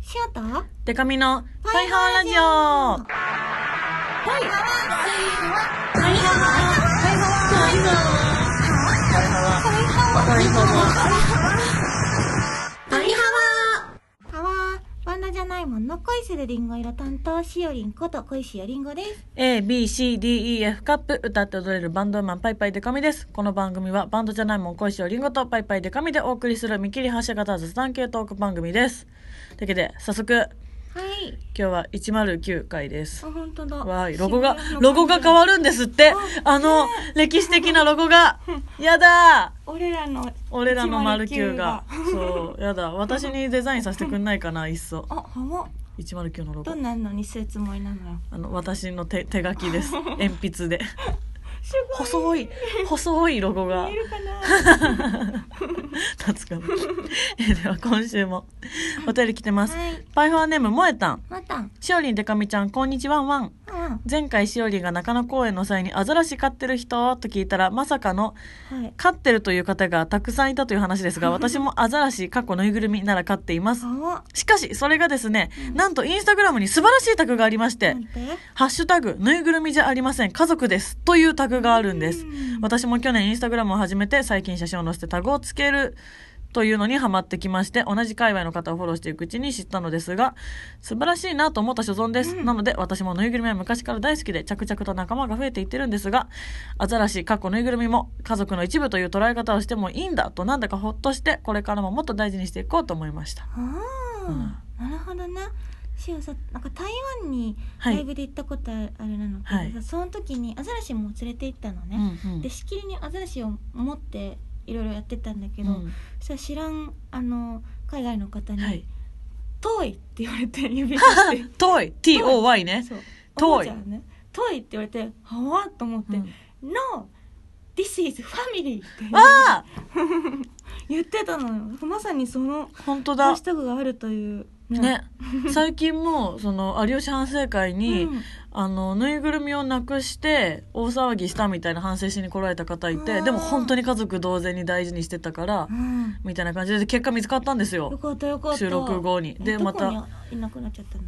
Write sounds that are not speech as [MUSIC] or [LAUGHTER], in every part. シアターデカミのパイハワラジオパリハワパワーバンドじゃないもんの恋するリンゴ色担当しおりんこと恋しおりんごです A, B, C, D, E, F カップ歌って踊れるバンドウーマンパイパイデカミです。この番組はバンドじゃないもん恋しおりんごとパイパイデカミでお送りする見切り発車型雑談系トーク番組です。というわけで早速はい今日は109回ですあ。本当だわーい、ロゴが、ロゴが変わるんですってあの、歴史的なロゴがやだー俺らの俺らの丸9が。そう、やだ。私にデザインさせてくんないかな、いっそ。あは109のロどゴん。なのにするつもりなのよあの、私の手、手書きです。鉛筆で。す細い、細いロゴが見え。るかな立つから。え、では今週も、お便り来てます。はいパイファーネーム、萌えたん。またうんしおりんでかみちゃん、こんにちはんわん。は前回しおりんが中野公園の際にアザラシ飼ってる人と聞いたら、まさかの、い飼ってるという方がたくさんいたという話ですが、私もアザラシ、かっこぬいぐるみなら飼っています。はしかし、それがですね、なんとインスタグラムに素晴らしいタグがありまして、なんてハッシュタグ、ぬいぐるみじゃありません、家族です、というタグがあるんですうん。私も去年インスタグラムを始めて、最近写真を載せてタグをつける、というのにハマってきまして、同じ界隈の方をフォローしていくうちに知ったのですが、素晴らしいなと思った所存です。なので、私もぬいぐるみは昔から大好きで、着々と仲間が増えていってるんですが、アザラシ、かっこぬいぐるみも家族の一部という捉え方をしてもいいんだと、なんだかほっとして、これからももっと大事にしていこうと思いました。ああ、なるほどねしおさなんか台湾にはラいイブで行ったことあるなのけどさ、はいその時にアザラシも連れて行ったのうね、んうんでしきりにアザラシを持っていろいろやってたんだけど、うんそしたら知らんあの海外の方に「はい。 [LAUGHS] 遠い」って言われて指さしてトイ T-O-Y ね。そう遠いおもちゃをね遠いって言われて「はわ」と思ってうん「No this is family」ってああ言ってたのよまさにその本当ハッだシュ。タグがあるというね。最近も、その、有吉反省会に、うんあの、ぬいぐるみをなくして、大騒ぎしたみたいな反省しに来られた方いあて、ーでも本当に家族同然に大事にしてたからう、んみたいな感じで、結果見つかったんですよよ。かったよかった収録後に。えで、どまこた、にいなくなっちゃったの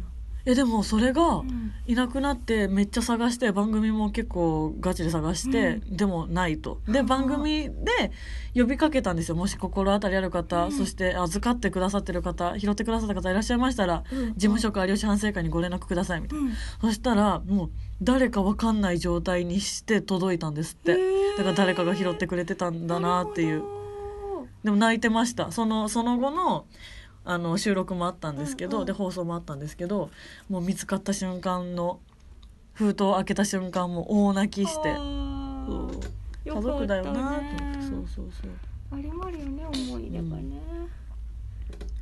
え、でもそれがう、んいなくなってめっちゃ探して番組も結構ガチで探して、でもないとで番組で呼びかけたんですよもし心当たりある方、うんそして預かってくださってる方拾ってくださった方いらっしゃいましたら、うん事務所か有吉反省会にご連絡くださいみたいな、うんそしたらもう誰かわかんない状態にして届いたんですってへーだから誰かが拾ってくれてたんだなっていうでも泣いてましたそのその後のあの収録もあったんですけど、うんうんで放送もあったんですけどもう見つかった瞬間の封筒を開けた瞬間もう大泣きしてあーそうよ家かったね族だよなって思ってそうそうそうあれもあるよね思い出がね、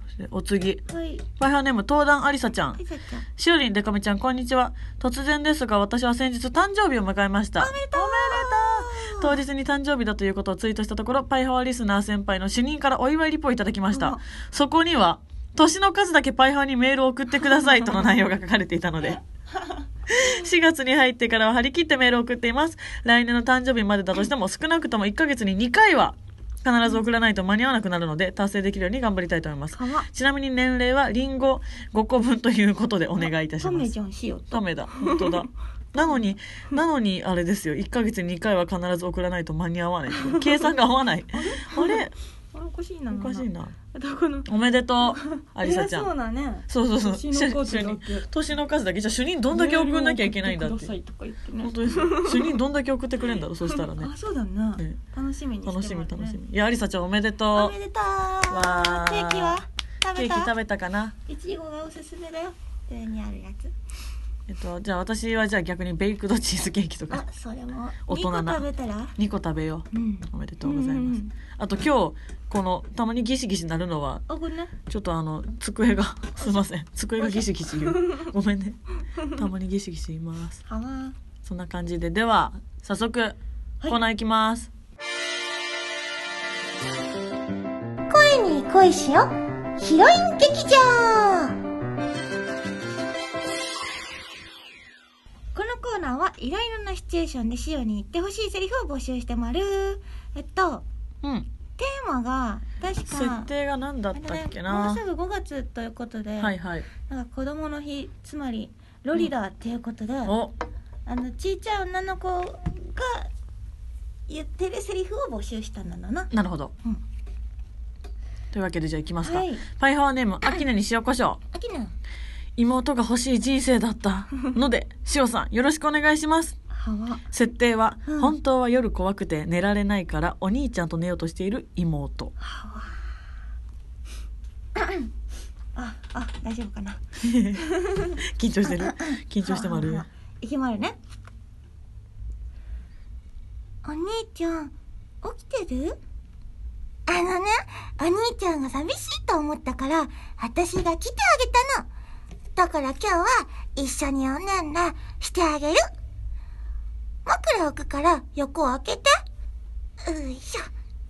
そしてお次はいパイハーネーム東壇ありさちゃんはいさっちゃんしおりんでかみちゃんこんにちは突然ですが私は先日誕生日を迎えましたお当めでとう日に誕生日だということをツイートしたところパイハワリスナー先輩の主任からお祝いリポをいただきましうたわそこには「年の数だけパイハワにメールを送ってください」との内容が書かれていたの [LAUGHS] で4月に入ってからは張り切ってメールを送っています来年の誕生日までだとしても少なくとも1ヶ月に2回は必ず送らないと間に合わなくなるので達成できるように頑張りたいと思いますかわちなみに年齢はリンゴ5個分ということでお願いいたしトまメすじゃんしようダメだ本当だなのになのにあれですよ1ヶ月に2回は必ず送らないと間に合わない計算が合わないあれあれおかしいなおかしいなどこのおめで [LAUGHS] とうありさちゃ偉そうんだねそうそうそう年の数だけ主任年の数だけじゃあ主任どんだけ送んなきゃいけないんだってメールを送ってくださいとか言ってね本当ですよ主任どんだけ送ってくれるんだろうそしたらねあそうだね、ね楽しみにして楽しみますね楽しみいやありさちゃんおめでおとめうでとうわーケーキは食ケべーキ食たべたかないちごがおすすめだよ上にあるやつえっとじゃあ私はじゃあ逆にベイクドチーズケーキとかあそれも大人な二個食べたら2個食べよううんおめでとうございます、うんうんうんあと今日このたまにギシギシなるのはあごめんねちょっとあの机が [LAUGHS] すいません机がギシギシ言うごめんねたまにギシギシ言いますはわそんな感じででは早速コーナー行きます、声に恋しよヒロイン劇場このコーナーはいろいろなシチュエーションでシオに言ってほしいセリフを募集してまるえっとうんテーマが確設か定が何だあっれたっだけねもうなすぐ5月ということで、はいはいなんか子供の日つまりロリラーっていうことで、おあのちいちゃい女の子が言ってるセリフを募集したんだななるほどうんというわけでじゃあ行きますか、はいパイハワーネーム秋音に塩コショウあきな妹が欲しい人生だったので塩さんよろしくお願いしますはわ設定は、うん本当は夜怖くて寝られないからお兄ちゃんと寝ようとしている妹はわああ大丈夫かな緊張してる緊張してまるいきまるねお兄ちゃん起きてるあのねお兄ちゃんが寂しいと思ったから私が来てあげたのだから今日は一緒におねんらしてあげる枕置くから横を開けてういしょよ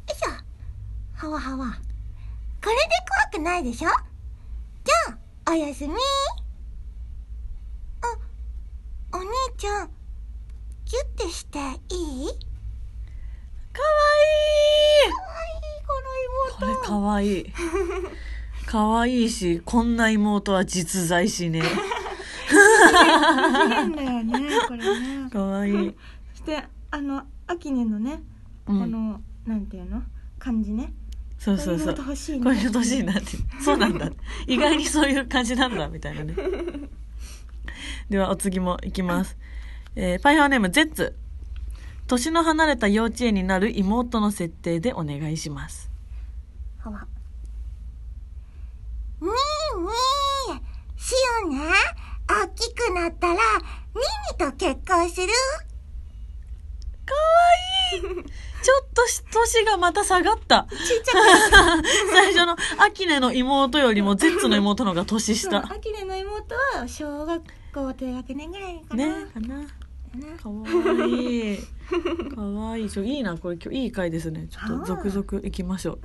いしょはわはわこれで怖くないでしょじゃあおやすみお兄ちゃん、ギュってしていいかわいいかわいい、ここれかわいいかわいいしこんな妹は実在しねいいんだよね、これね。かわいい、そ [LAUGHS] して、あの、アキネのね、うこん、の、なんていうの感じね。そうそうそうこれ妹欲しいねこれ欲しいなってそうなんだ意外にそういう感じなんだみたいな [LAUGHS] ねではお次もいきます、えーパイハーネームゼッツ年の離れた幼稚園になる妹の設定でお願いしますほら。にーにー、しおね、大きくなったら、ミミと結婚するかわいいちょっとし年がまた下が [LAUGHS] った [LAUGHS] ちっちゃく最初のアキネの妹よりもゼッツの妹の方が年そう [LAUGHS] 下アキネの妹は、小学校低学年ぐらいかねな。かなねかわいいかわいいちょいいなこれ今日いい回ですねちょっとあ続ー々いきましょう、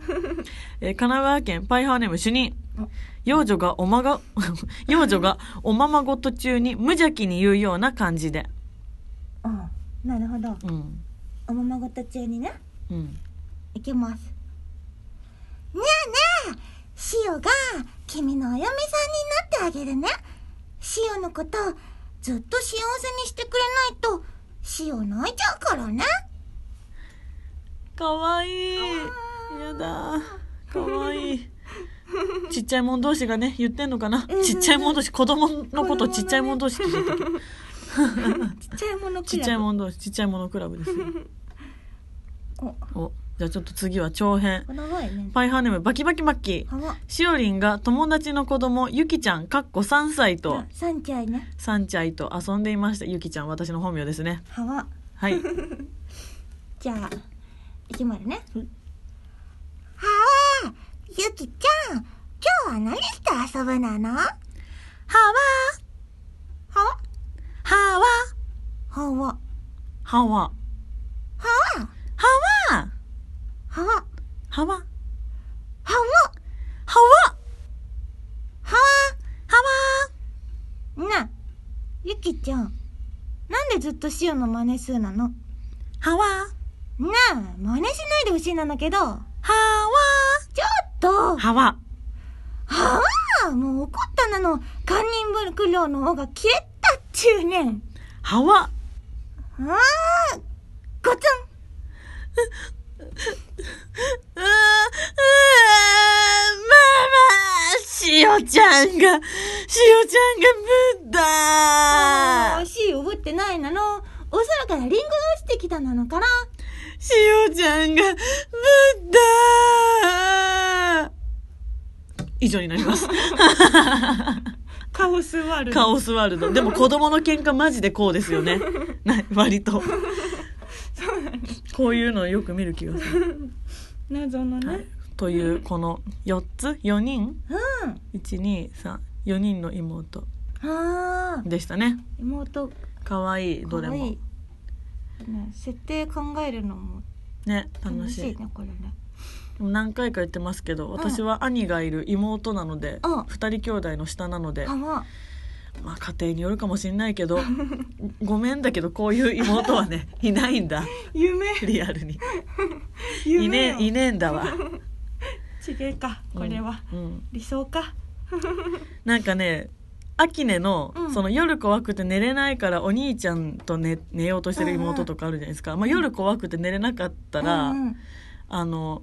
[LAUGHS] えー神奈川県パイハーネーム主任お幼女がおまが [LAUGHS] 幼女がおままごと中に無邪気に言うような感じでうん。なるほど。うんおままごと中にね。うんいきますねえねえシオが君のお嫁さんになってあげるねシオのことずっと幸せにしてくれないとシオ泣いちゃうからねかわいいやだかわいいちっちゃいもん同士がね言ってんのかなうんうんちっちゃいもん同士子供のこと子供のねちっちゃいもん同士って言っちゃったちっちゃいものちっちゃいも [LAUGHS] ん同士ちっちゃいものクラブですよおおじゃあちょっと次は長編この前ねパイハーネームバキバキマッキーはわしおりんが友達の子供ゆきちゃんかっこ3歳とサンチャイね3歳と遊んでいましたゆきちゃん私の本名ですねはわはい [LAUGHS] じゃあいきまるねうんはわゆきちゃん今日は何して遊ぶなのはわはわはわはわははわわはわはわははわはわわははわなあゆきちゃんなんでずっとしおの真似するなのなわはわあ真似しないでほしいなんだけどはちょっとわはわはわもう怒ったなの堪忍苦労の方が消えたっちゅうねんはわああごつんうーうーママしおちゃんがしおちゃんが惜ぶったしい覚えてないなのお空からリンゴが落ちてきたなのかなしおちゃんがぶった以上になります。カオスワール [LAUGHS] カオスワールド。でも子供の喧嘩マジでこうです [LAUGHS] よね。な割と。こういうのよく見る気がする。謎のね、はいという、この4つ ?4 人うん ?1、2、3、4人の妹ああでしたね。妹かわいい、どれ可愛もい。ね、設定考えるのもね、楽楽ししい。いねこれねでも何回か言ってますけど、私は兄がいる妹なのでうん、二人兄弟の下なので、あわまあ家庭によるかもしれないけど、 [LAUGHS] ごめんだけどこういう妹はね、いないんだ。夢リアルに。い夢ねよ [LAUGHS] え、いねえんだわ。ちげえかこれは、うんうん理想かなんかねアキネの,、うんその夜怖くて寝れないからお兄ちゃんと寝寝ようとしてる妹とかあるじゃないですか、まあ、夜怖くて寝れなかったら、うんうんあの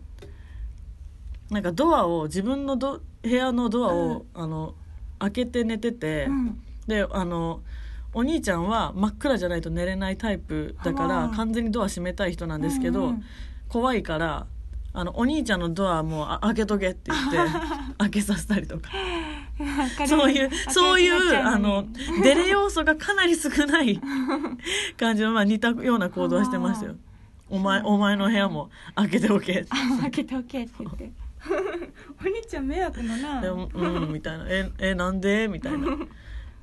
なんかドアを自分のド部屋のドアを、あの開けて寝てて、うんであのお兄ちゃんは真っ暗じゃないと寝れないタイプだから、あー完全にドア閉めたい人なんですけど、うんうん怖いからあのお兄ちゃんのドアもうあ開けとけって言 [LAUGHS] って開けさせたりとか [LAUGHS] そういうそういうあの [LAUGHS] 出れ要素がかなり少ない [LAUGHS] 感じの、まあ、似たようの行動はしてましたよ。お前お前の部屋も開けておけって開けておけって言って [LAUGHS] お兄ちゃん迷惑のなでもうんみたいな「ええなんで?」みたいな。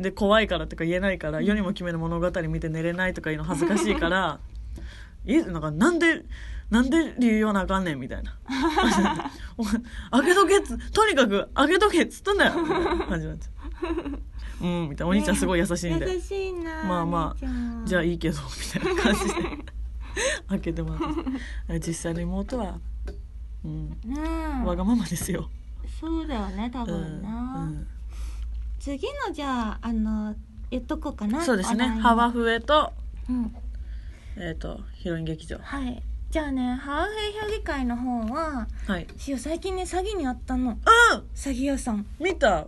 で怖いからとか言えないから世にも決める物語見て寝れないとかいうの恥ずかしいから「えなんかなんでなんで理由言わなあかんねん」みたいな [LAUGHS] 「お前開けとけっつとにかく開けとけっつったんだよ」みたいな感じになっちゃううん」みたいな「お兄ちゃんすごい優しいんで、優しいなまあまあじゃあいいけど」みたいな [LAUGHS] 感じで開けてもらって実際の妹は、うん、うんわがままですよ。そうだよね多うん分な、うん次のじゃああの言っとこうかなそうですねお題。のハワフエと、うんえっ、と、ヒロイン劇場。はいじゃあねハワフェ評議会の方ははい。しお最近ね詐欺にあったのうん詐欺屋さん見た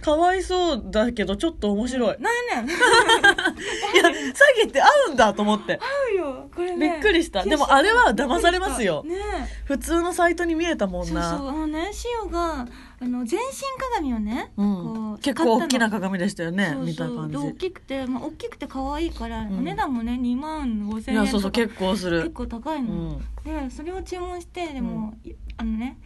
かわいそうだけど、ちょっと面白い。いなんやねんや、詐欺って合うんだと思って。合うよこれびねっくりした。でもあれは騙されますよ。ね普通のサイトに見えたもえそんうそうな。あのねしおがあの全身鏡をね、うんこ、う結構大きな買っ鏡でしたよたね、の見た感そうそうで大じ。きくて、まあ、大きくて可愛いから、んお値段もね2万5い千円とかや、そうそう、結構結する。構高いうの、ん。でそれを注文してでも、いあのね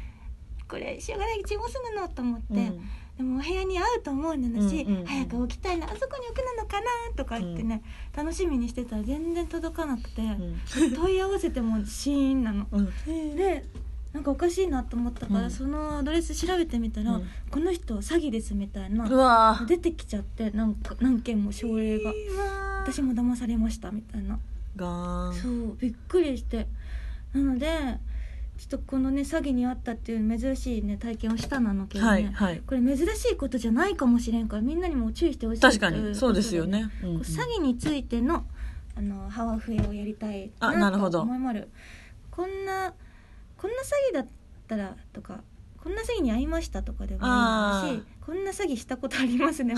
これしょうがない注文するのと思って、うんでもお部屋に合うと思うんだし、うんうんうん早く起きたいなあそこに置くなのかなとか言ってね、楽しみにしてたら全然届かなくて、うん問い合わせてもシーンなの。うん。でなんかおかしいなと思ったから、うんそのアドレス調べてみたら、うんこの人詐欺ですみたいなうわぁ。出てきちゃってなんか何件も症例が私も騙されましたみたいなガーン。そうびっくりしてなのでちょっとこのね詐欺にあったっていう珍しいね体験をしたなのけどね、はい、はい。これ珍しいことじゃないかもしれんからみんなにも注意してほしい確かといに、そうですよね。うんこううん詐欺についてのあのハワフエをやりたいあなるほなどと思いまるこんなこんな詐欺だったらとかこんな詐欺に遭いましたとかでもいいあしこんな詐欺したことあり [LAUGHS] ますね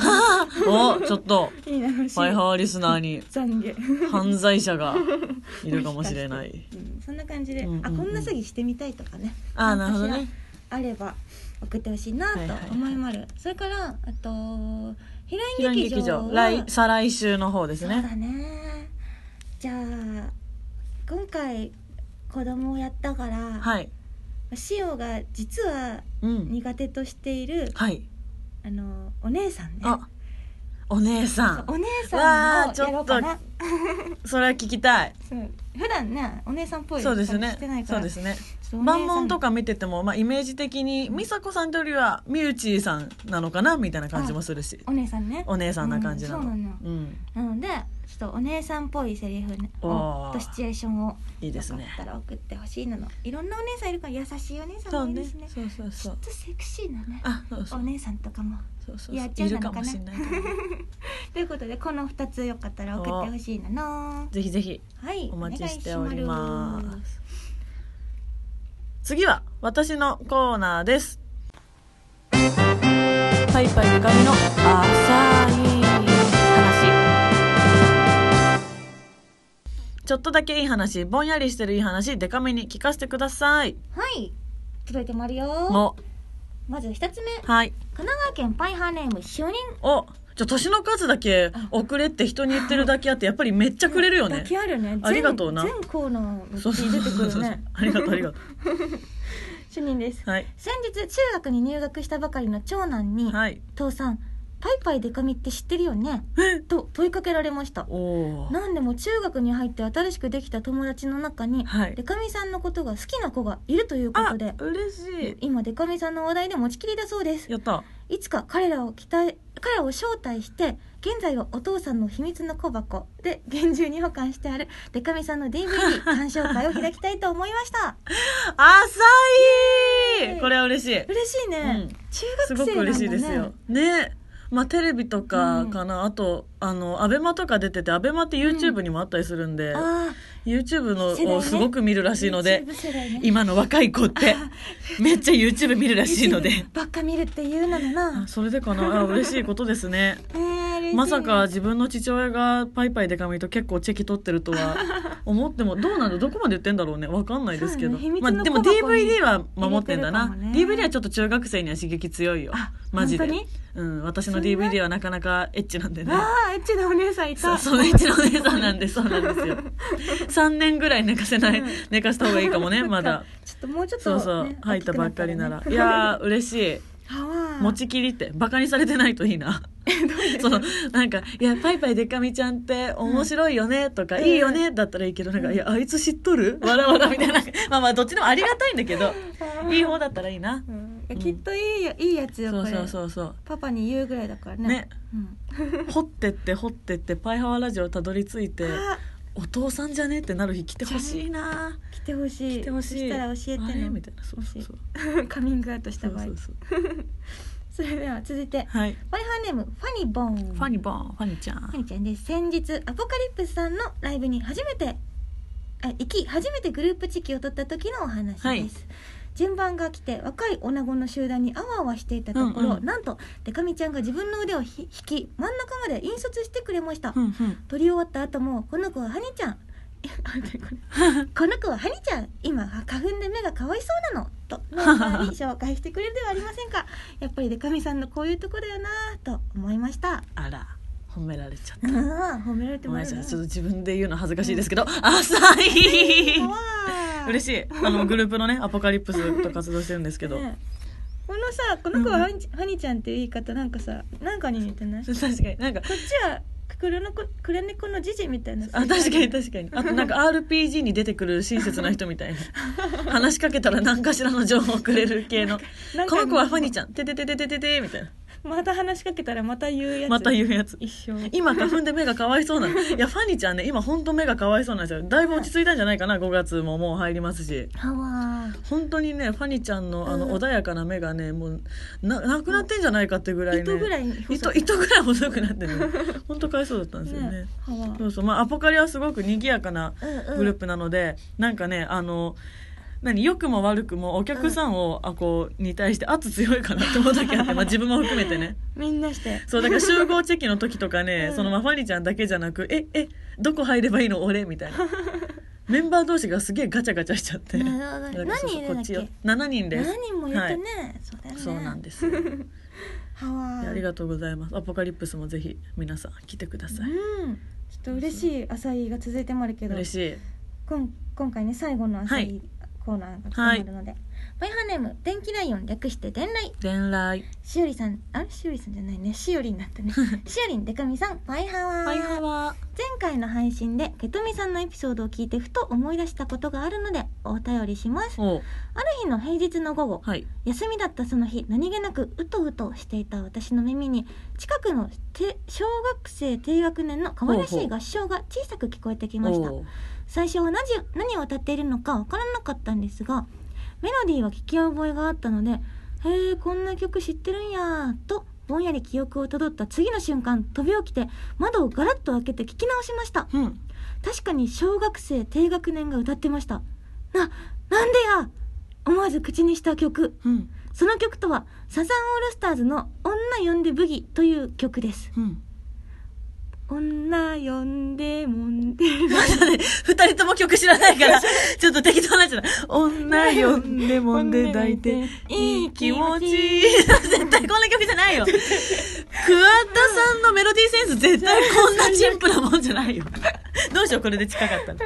もおちょっ [LAUGHS] と、いいなしファイハワーリスナーに懺悔犯罪 [LAUGHS] 者がいるかもしれない。うんそんな感じで、うんうんうんあこんな詐欺してみたいとかねあーなるほどなんねか。あれば送ってほしいなと思いまる、それからあとヒロヒイロンイン劇劇場は場、来、再来週の方ですそうだね。ねじゃあ今回子供をやったから、はい。シオが実はうん。苦手としているはい。あのお姉さんねあ、お姉さん。お姉さんわをーちょっとやろうかなそれは聞きたい。そう普段ねお姉さんっぽいそう感じですしねてない。かそうらですね。ちょっお姉さん万問とか見てても、まあ、イメージ的に、美佐子さんというよりは、みゆちーさんなのかなみたいな感じもするし。お姉さんねお姉さんな感じなの。うんそうなのうん。なのでちょっとお姉さんっぽいセリフねをおーとシチュエーションをいいでよすかっね。たら送ってほしいなのいろんなお姉さんいるから優しいお姉そさうんもいるねしね。そうそうそちょっう。とセクシーなねあ、そうそおう。姉さんとかもそうそうそう。やっちゃういるなのかかもなしれないからね。ということでこの2つよかったら送ってほしいなのぜひぜひ。はいお待ちしておりまお願いしす。次は私のコーナーです。パイパイで髪の浅い話。ちょっとだけいい話、ぼんやりしてるいい話、デカめに聞かせてください。ますはい届いてもあるよもまず1つ目神う、はい。奈川県パイハーネーム就任お、じゃあ年の数だけ遅れって人に言ってるだけあって、やっぱりめっちゃくれるよだね。けあるね全ありがとうな全コーナーのそううそちう出そてくうそうるそうね。 [LAUGHS] ありがとう、ありがと主任ですう。はい。先日中学に入学したばかりの長男にはい。父さんパイパイデカミって知ってるよねと問いかけられましたおお。なんでも中学に入って新しくできた友達の中にはいデ。カミさんのことが好きな子がいるというこあ、とで嬉しい。今デカミさんの話題で持ちきりだそうですやった。いつか彼らを期待彼らを招待して現在はお父さんの秘密の小箱で厳重に保管してあるデカミさんの [LAUGHS] DVD 鑑賞会を開きたいと思いましたは浅いいこれは嬉しい。嬉しいね、うん中す学ご生なんだねく嬉しいですよ。ね。まあテレビとかかな、あとあのアベマとか出ててアベマって YouTube にもあったりするんで、あ YouTube 世代のねをすごく見るらあしいので、 YouTube 世代ね今の若い子って [LAUGHS] めっちゃ YouTube 見るらしいのでばっか見るっていうなのなあそれでかなあ嬉しいことですねえー嬉しいまさか自分の父親がパイパイデカミと結構チェキ取ってると [LAUGHS] は思ってもどうなんだどこまで言ってんだろうねわかんないですけそど、うね秘密まあ、のでも小箱に DVD は守ってんだな、入れてるかも DVD ねはちょっと中学生には刺激強いよマジで本当にうん、私の DVD はなかなかエッチな [LAUGHS] んでねあーエッチなお姉さんいそたうそうエッチのお姉さんなんでそうな [LAUGHS] んですよ3年ぐらい寝かせない、うん寝かした方がいいかもねまだちょっともうちょっと、そね、うそう、大入っきたくばなっかりならね。いやー、嬉しい。あ持ちきりって、バカにされてないといいな。 [LAUGHS] その、なんか、いや、パイパイデカミちゃんって面白いよね、とか、うんいいよね、だったらいいけど、なんか、いや、あいつ知っとるわらわらみたいな。 [LAUGHS] まあまあ、どっちでもありがたいんだけど、いい方だったらいいな。うんいやきっといいやいいやつよそこうれそうそうそパパに言うぐらいだからう。ねね。うん掘ってって掘ってって、パイハワラジオたどり着いて、あお父さんじゃねえってなる日来てほしいな。来てほしい来てほしい。そしたら教えてあれみねたいな。そうそうそう。カミングアウトしたそう場合そうそう。それでは続いてはい。ワイハーネームファニボンファニボーン、ファニちゃんは。にちゃんです先日アポカリプスさんのライブに初めてあ行き初めてグループチキを取った時のお話です、はい順番が来て若い女子の集団にあわあわしていたところ、うんうんなんとデカミちゃんが自分の腕をひ引き真ん中まで引率してくれました、うんうん。 [LAUGHS] 取り終わった後もこの子はハニちゃん [LAUGHS] いや待ってこれこの子はハニちゃん今花粉で目がかわいそうなのとメンバーに紹介してくれるではありませ [LAUGHS] んかやっぱりデカミさんのこういうところだなぁと思いま [LAUGHS] したあら褒められちゃっうたん褒められてごもめんらなえるなさいちょっと自分で言うの恥ずかしいですけど浅いわー嬉しいあのグループのねアポカリプスと活動してるんですけど、ねこのさこの子はハニハニちゃんっていう言い方なんかさなんかに似てないこ確かになんかっちは黒の子黒猫のジジみたいなあ確かに確かにあとなんか RPG に出てくる親切な人みたいな話しかけたら何かしらの情報をくれる系のなんこかの子はファニちゃんてててててててみたいなまた話しかけたらまた言うやつまた言うやつ一生今花粉で目がかわいそうなのいやファニちゃんね今ほんと目がかわいそうなんですよだいぶ落ち着いたんじゃないかな5月ももう入りますしはわ本当にねファニちゃんのあのうん穏やかな目がねもうななくなってんじゃないかってぐらいね糸ぐらい糸糸ぐらい細くなってね本当かわいそうだったんですよねね歯はそうそうまあアポカリはすごく賑やかなグループプなので、なんかねあの何良くも悪くもお客さんを、あこうに対して圧強いかなって思う時あって、まあ、自分も含めてねみんなしてそうだから集合チェキの時とかね、うんそのまあファニちゃんだけじゃなく「ええどこ入ればいいの俺」みたいなメンバー同士がすげえガチャガチャしちゃってなるほどだか何らそうそう人いるんだっけこちよ7人です何人も言ってね、そうだよねそうなんですよはわありがとうございますアポカリプスもぜひ皆さん来てくださいうんちょっと嬉しい朝日が続いてもあるけど嬉しいこん今回ね最後の朝は日いコーナーが決まるので、バイハーネーム電気ライオン略して電ライ伝来しおりさんあしおりさんじゃないねしおりになった [LAUGHS] ねしおりんでかみさんバイハワーファイハワ前回の配信でけとみさんのエピソードを聞いてふと思い出したことがあるのでお便りしますーおある日の平日の午後はい休みだったその日何気なくうとうとしていた私の耳に近くのて小学生低学年の可愛らしほういほ合唱が小さく聞こえてきましたおー最初は何じ何を歌っているのかわからなかったんですがメロディーは聞き覚えがあったので「へえこんな曲知ってるんや」とぼんやり記憶をたどった次の瞬間飛び起きて窓をガラッと開けて聞き直しましたうん確かに小学生低学年が歌ってましたななんでや思わず口にした曲うんその曲とはサザンオールスターズの「女呼んでブギ」という曲ですうん女呼んでもん [LAUGHS] で二人とも曲知らない [LAUGHS] から、ちょっと適当になっちゃった。女呼んでもんで抱いて、いい気持ち。 [LAUGHS] 絶対こんな曲じゃないよ。桑田さんのメロディーセンス絶対こんなチンプなもんじゃないよ。どうしよう、これで近かったら。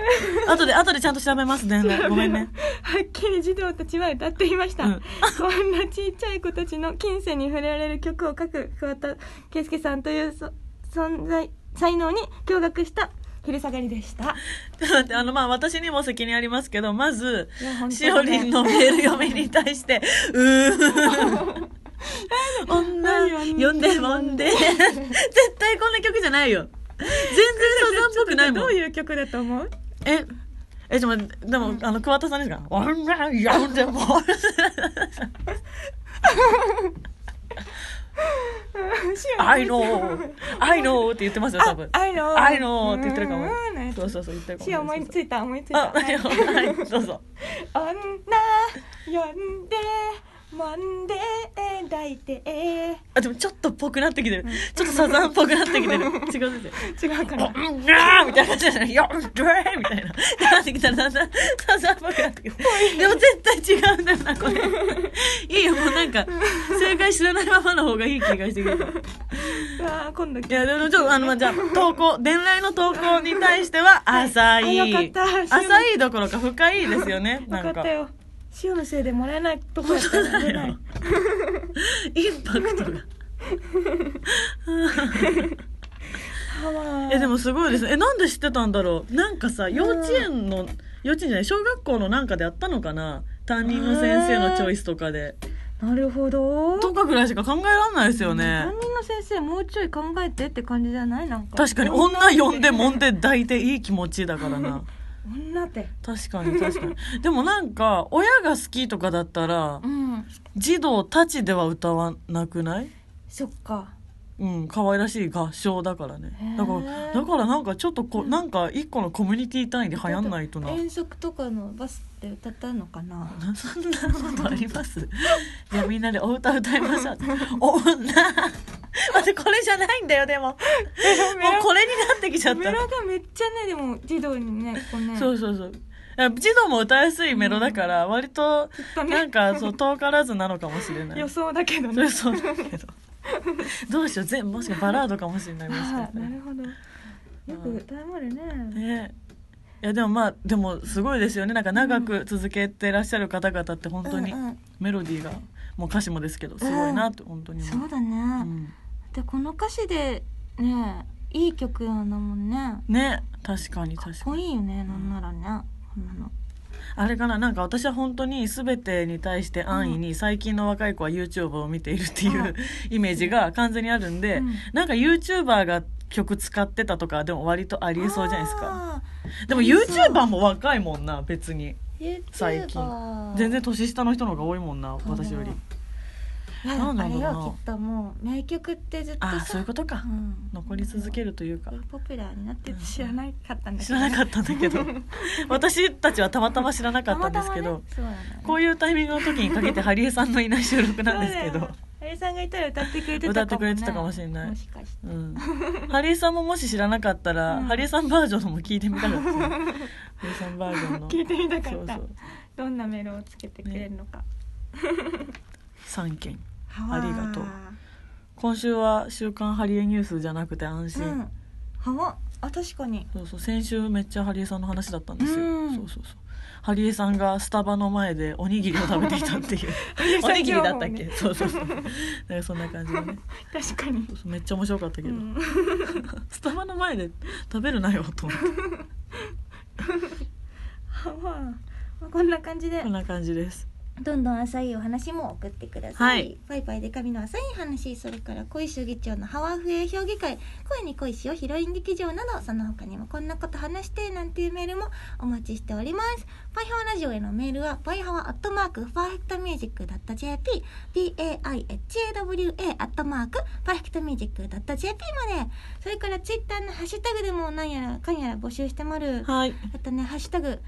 後で、後でちゃんと調べますね。 [LAUGHS] ごめんね。はっきり児童たちは歌っていました、うんこんなちっちゃい子たちの近世に触れられる曲を書く桑田佳祐さんというそ存在才能に驚愕した昼下がりでしたちょっと待って、あの、まあ、私にも責任ありますけど、まずいや本、当 [LAUGHS] しおりんのメール読みに対して、うーん。女呼んでもんで。 [LAUGHS] 絶対こんな曲じゃないよ。全然サザンっぽくないもどんう。いう曲だと [LAUGHS] 思うえ、え、ちょっと待って、でも、あの、桑田さんですか女呼んでもん [LAUGHS] で。I know, I know って言ってますよ、多分。 I know I know って言ってるかもうんなんやつそうそうそう、言ってるかも。シア思いついた思いついあ、たはい、はいどうぞ。女呼んでもんで抱いてあ、でもちょっとっぽくなってきてる。ちょっとサザンっぽくなってきてる。違う先生。違うかなうんがーみたいな感じじゃないよっどれみたいな。なってきたらだんだん、サザンっぽくなってきて。でも絶対違うんだよな、これ。いいよ、もうなんか、正解知らないままの方がいい気がしてくる。うわー今度いや、でもちょっと、あの、まあ、じゃあ、投稿、伝来の投稿に対しては、浅い。あよかった浅いどころか深いですよね、分なかんっかた。よ塩のせいでもらえないとこやったら出ないインパクトが。あわーえでもすごいですねえなんで知ってたんだろうなんかさ幼稚園の、幼稚園じゃない小学校のなんかであったのかな担任の先生のチョイスとかでなるほどとかぐらいしか考えられないですよね担任の先生もうちょい考えてって感じじゃないなんか確かに女呼んでもんで抱いていい気持ちだからな女って確かに確かにでもなんか親が好きとかだったらうん児童たちでは歌わなくないそっかうん可愛らしい合唱だからねだかへらーだからなんかちょっとこなんか一個のコミュニティ単位で流行んないとな遠足とかのバスで歌ったの [LAUGHS] かなそんなことありますじゃあみんなでお歌歌いましょうお女 [LAUGHS] 待ってこれじゃないんだよでももうこれになって [LAUGHS] きちゃっメたロがめっちゃねでも児童にねこうね [LAUGHS] そうそうそう児童も歌いやすいメロだから割ととねなんかそう遠からずなのかもしれない予想だけどそねれそうだけどどうしよう全部もしかバラードかもしれないもしかはしいたらな [LAUGHS] るほどよく歌えまるねねいやでもまあでもすごいですよねなんか長く続けてらっしゃる方々って本当にうんうんメロディーがもう歌詞もですけどすごいなって本当に思そうだね、うんでこの歌詞でねいい曲なんだもんねね確かに確かっかこにいいよねなんならねこんなのあれかななんか私は本当に全てに対して安易に最近の若い子は YouTube を見ているっていう [LAUGHS] イメージが完全にあるんで、うんなんか YouTuber が曲使ってたとかでも割とありえそうじゃないですかあでも YouTuber も若いもんな別に最近 YouTuber 全然年下の人の方が多いもんな私よりーいやなんだあろれうなよきっともう名曲ってずっとあさあそういうことか、うん残り続けるというかポピュラーになって知らなかったんだ知らなかったんだけど [LAUGHS] 私たちはたまたま知らなかったんですけど、そうなんだねこういうタイミングの時にかけてハリエさんのいない収録なんですけど、あれさんがいたら歌ってくれてた歌ってくれてたかもしれないもしかしてうん、ハリエさんももし知らなかったら、うんハリエさんバージョンのも聞いてみたかったですねハリエさんバージョンの聞いてみたかそっうたそうどんなメロをつけてくれるのか3件ハワーありがとう今週は「週刊ハリエニュース」じゃなくて安心、うんハワあ確かにそうそう先週めっちゃハリエさんの話だったんですよ、うんそうそうそうハリエさんがスタバの前でおにぎりを食べていたっていうリエ [LAUGHS] おさん情報ねにぎりだったっけそうそうそうなんかそんな感じでね確かにそうそうめっちゃ面白かったけど、うんスタバの前で食べるなよと思ってはまあこんな感じでこんな感じですどんどん浅いお話も送ってください。はいパイパイで神の浅い話、それから恋主義長のハワーフエ評議会、恋に恋しよヒロイン劇場など、その他にもこんなこと話してなんていうメールもお待ちしております。パイハワラジオへのメールは、パイハワアットマーク、パーフェクトミュージック .jp、p-a-i-h-a-w-a アットマーク、パーフェクトミュージック .jp まで、それからツイッターのハッシュタグでも何やらかんやら募集してまる。はいあとね、ハッシュタグ、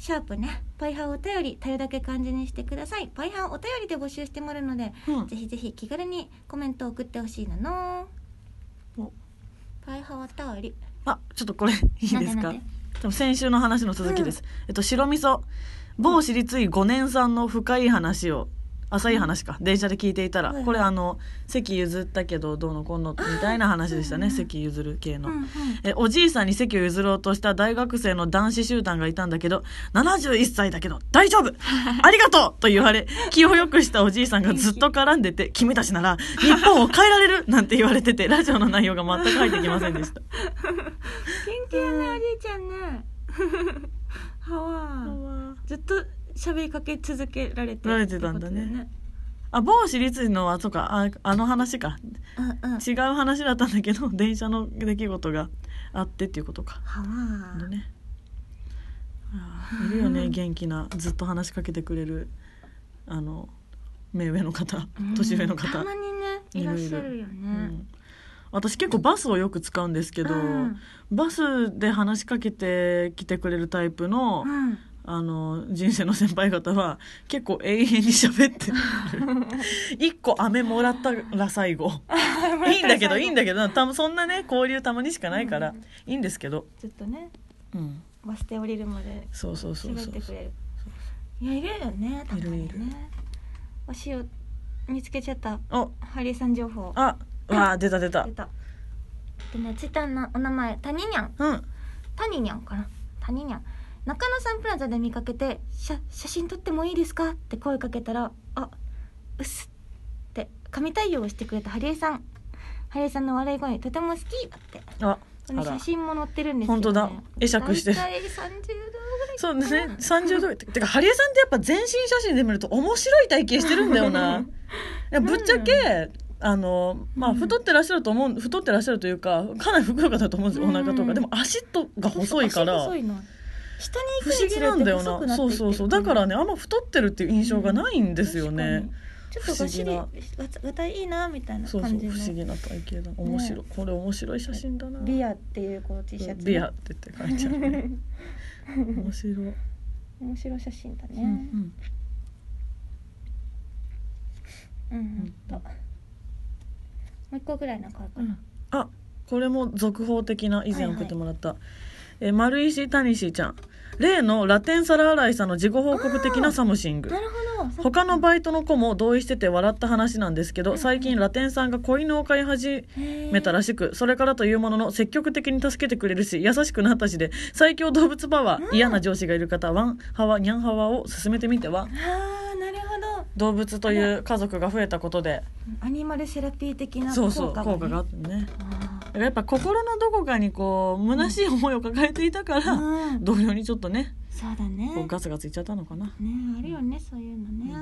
シャープね、パイハーお便り、たよだけ漢字にしてください。パイハーお便りで募集してもらうので、うんぜひぜひ気軽にコメントを送ってほしいなの。おパイハーお便り。あちょっとこれいいですなかんでなんで多分先週の話の続きです、えっと白味噌某私立医5年産の深い話を浅い話か電車で聞いていたら、はいこれあの席譲ったけどどうのこうのみたいな話でしたね、席譲る系の、うんうんえおじいさんに席を譲ろうとした大学生の男子集団がいたんだけど71歳だけど [LAUGHS] 大丈夫ありがとうと言われ気を良くしたおじいさんがずっと絡んでて君たちなら日本を変えられるなんて言われててラジオの内容が全く入ってきません [LAUGHS] でした元気やねおじいちゃんねはわずっと喋りかけ続けられてられてたんだねってことよあ某私立のはそうかああの話かうんうん違う話だったんだけど [LAUGHS] 電車の出来事があってっていうことかはでわねあーいるよね元気なずっと話しかけてくれるあの目上の方年上のた方、まにねいらっしゃるよねうん私結構バスをよく使うんですけど、うんバスで話しかけてきてくれるタイプの,、うんあの人生の先輩方は結構永遠に喋ってる一個飴もらったら最後いいんだけどいいんだけどたまそんなね交流たまにしかないから、いいんですけど、ずっとねうん、バス停降りるまでそうそうそう喋そっうてくれるいやいるよねたまにねいるいるお塩見つけちゃったおハリーさん情報あわあ出た出た出たでねツイッターのお名前タニニャンうんタニニャンかなタニニャン中野サンプラザで見かけて「写写真撮ってもいいですか?」って声かけたら「あうっす」って神対応をしてくれたハリエさんハリエさんの笑い声とても好きだってあこあの写ら真も載ってるんです本当だ会釈してる大体30度ぐらいそうですね30度ててかハリエさんってやっぱ全身写真で見ると面白い体型してるんだよないやぶっちゃけあのまあ太ってらっしゃると思う太ってらっしゃるというかかなりふくよかだと思うんですよお腹とうかんでも足とが細いか足ら細いの下に不思議なんだよなそうそうそうだからねねあんま太ってるっていう印象がないんですよねちょっとがっしり不が思がたいいなみたいなそうそう感じの不思議な体型だ面白いこれ面白い写真だなビアっていうこの T シャツビ [LAUGHS] アって言って書いてあるね面 [LAUGHS] 白い面白い写真だうねんうんうん、うんともう一個ぐらいなんかあるかな、あこれも続報的な以前送ってもらった、えー丸石谷石ちゃん例のラテン皿洗いさんの事後報告的なサムシングなるほど他のバイトの子も同意してて笑った話なんですけど最近ラテンさんが子犬を飼い始めたらしくそれからというものの積極的に助けてくれるし優しくなったしで最強動物パワー嫌な上司がいる方はワンハワニャンハワを進めてみてはあーなるほど動物という家族が増えたことでアニマルセラピー的なそう効そう果が,、ね、効果があってねあだからやっぱ心のどこかにこう虚しい思いを抱えていたから、ーうん同僚にちょっとねそうだねこうガツガツいっちゃったのかな、ねあるよねそういうのね、よ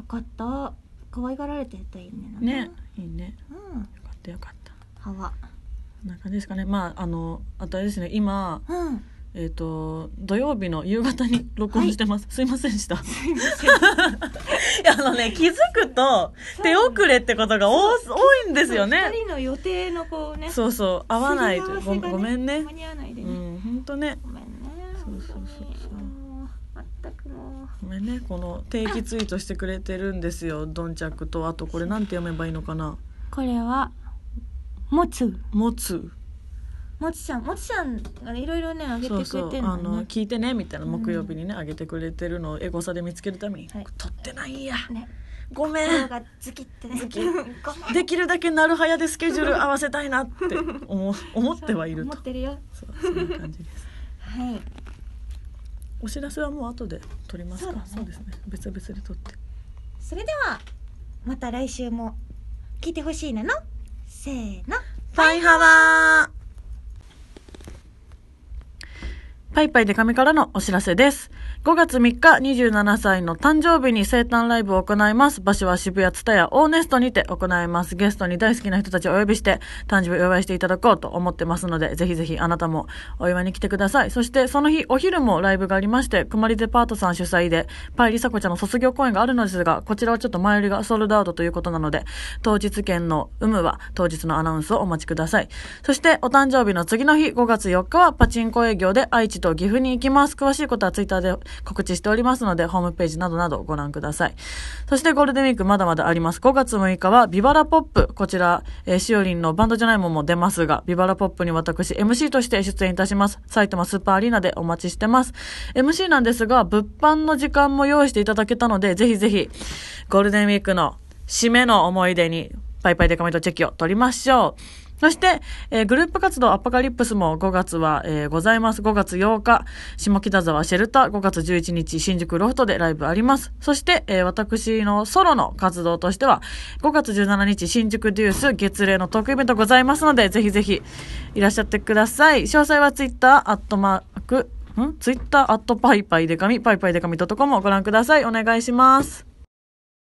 うかった可愛がられてるといいねなんんかねいいねうんよかったよかった歯はこんな感じですかねまああのあとあれですね今うんえっ、と土曜日の夕方に録音してます、すいませんでした [LAUGHS] いやあのね気づくと手遅れってことが多す多いんですよ二ね人の予定のこうねそうそう合わないというすり合わせがごごめんね間に合わないでうね、ん本当ねごめんねそうそうそうそう本当にもうまったくもうごめんねこの定期ツイートしてくれてるんですよどんちゃくとあとこれなんて読めばいいのかなこれはもつ持つもつちゃんもつちゃんがねいろいろねあげてくそれうそうてるあののね聞いてねみたいな木曜日にねあげてくれてるのをエゴサで見つけるためにはい撮ってないんやねごめ心んがズキってねズキ [LAUGHS] ごめんできるだけなるはやでスケジュール合わせたいなって思思ってはいる思とってるよそうそんな感じですはいお知らせはもう後で撮りますそかうだねそうですね別々で撮ってそれではまた来週も聞いてほしいなのせーのパイハワーパイパイで神からのお知らせです。5月3日27歳の誕生日に生誕ライブを行います。場所は渋谷ツタヤオーネストにて行います。ゲストに大好きな人たちをお呼びして誕生日をお祝いしていただこうと思ってますので、ぜひぜひあなたもお祝いに来てください。そしてその日お昼もライブがありまして、くまりデパートさん主催でパイリサコちゃんの卒業公演があるのですが、こちらはちょっと前売りがソールドアウトということなので、当日券の有無は当日のアナウンスをお待ちください。そして、お誕生日の次の日、5月4日はパチンコ営業で愛知と岐阜に行きます。詳しいことはツイッターで告知しておりますので、ホームページなどなどご覧ください。そして、ゴールデンウィークまだまだあります。5月6日は、ビバラポップ。こちら、えーしおりんのバンドじゃないもんも出ますが、ビバラポップに私、MC として出演いたします。埼玉スーパーアリーナでお待ちしてます。MC なんですが、物販の時間も用意していただけたので、ぜひぜひ、ゴールデンウィークの締めの思い出に、パイパイデカミとチェキを取りましょう。そして、えーグループ活動アパカリプスも5月は、えーございます。5月8日、下北沢シェルター、5月11日、新宿ロフトでライブあります。そして、えー私のソロの活動としては、5月17日、新宿デュース月例のトークイベントございますので、ぜひぜひいらっしゃってください。詳細はツイッター、アットマーク、んツイッター、アットパイパイデカミ、パイパイデカミ .com をご覧ください。お願いします。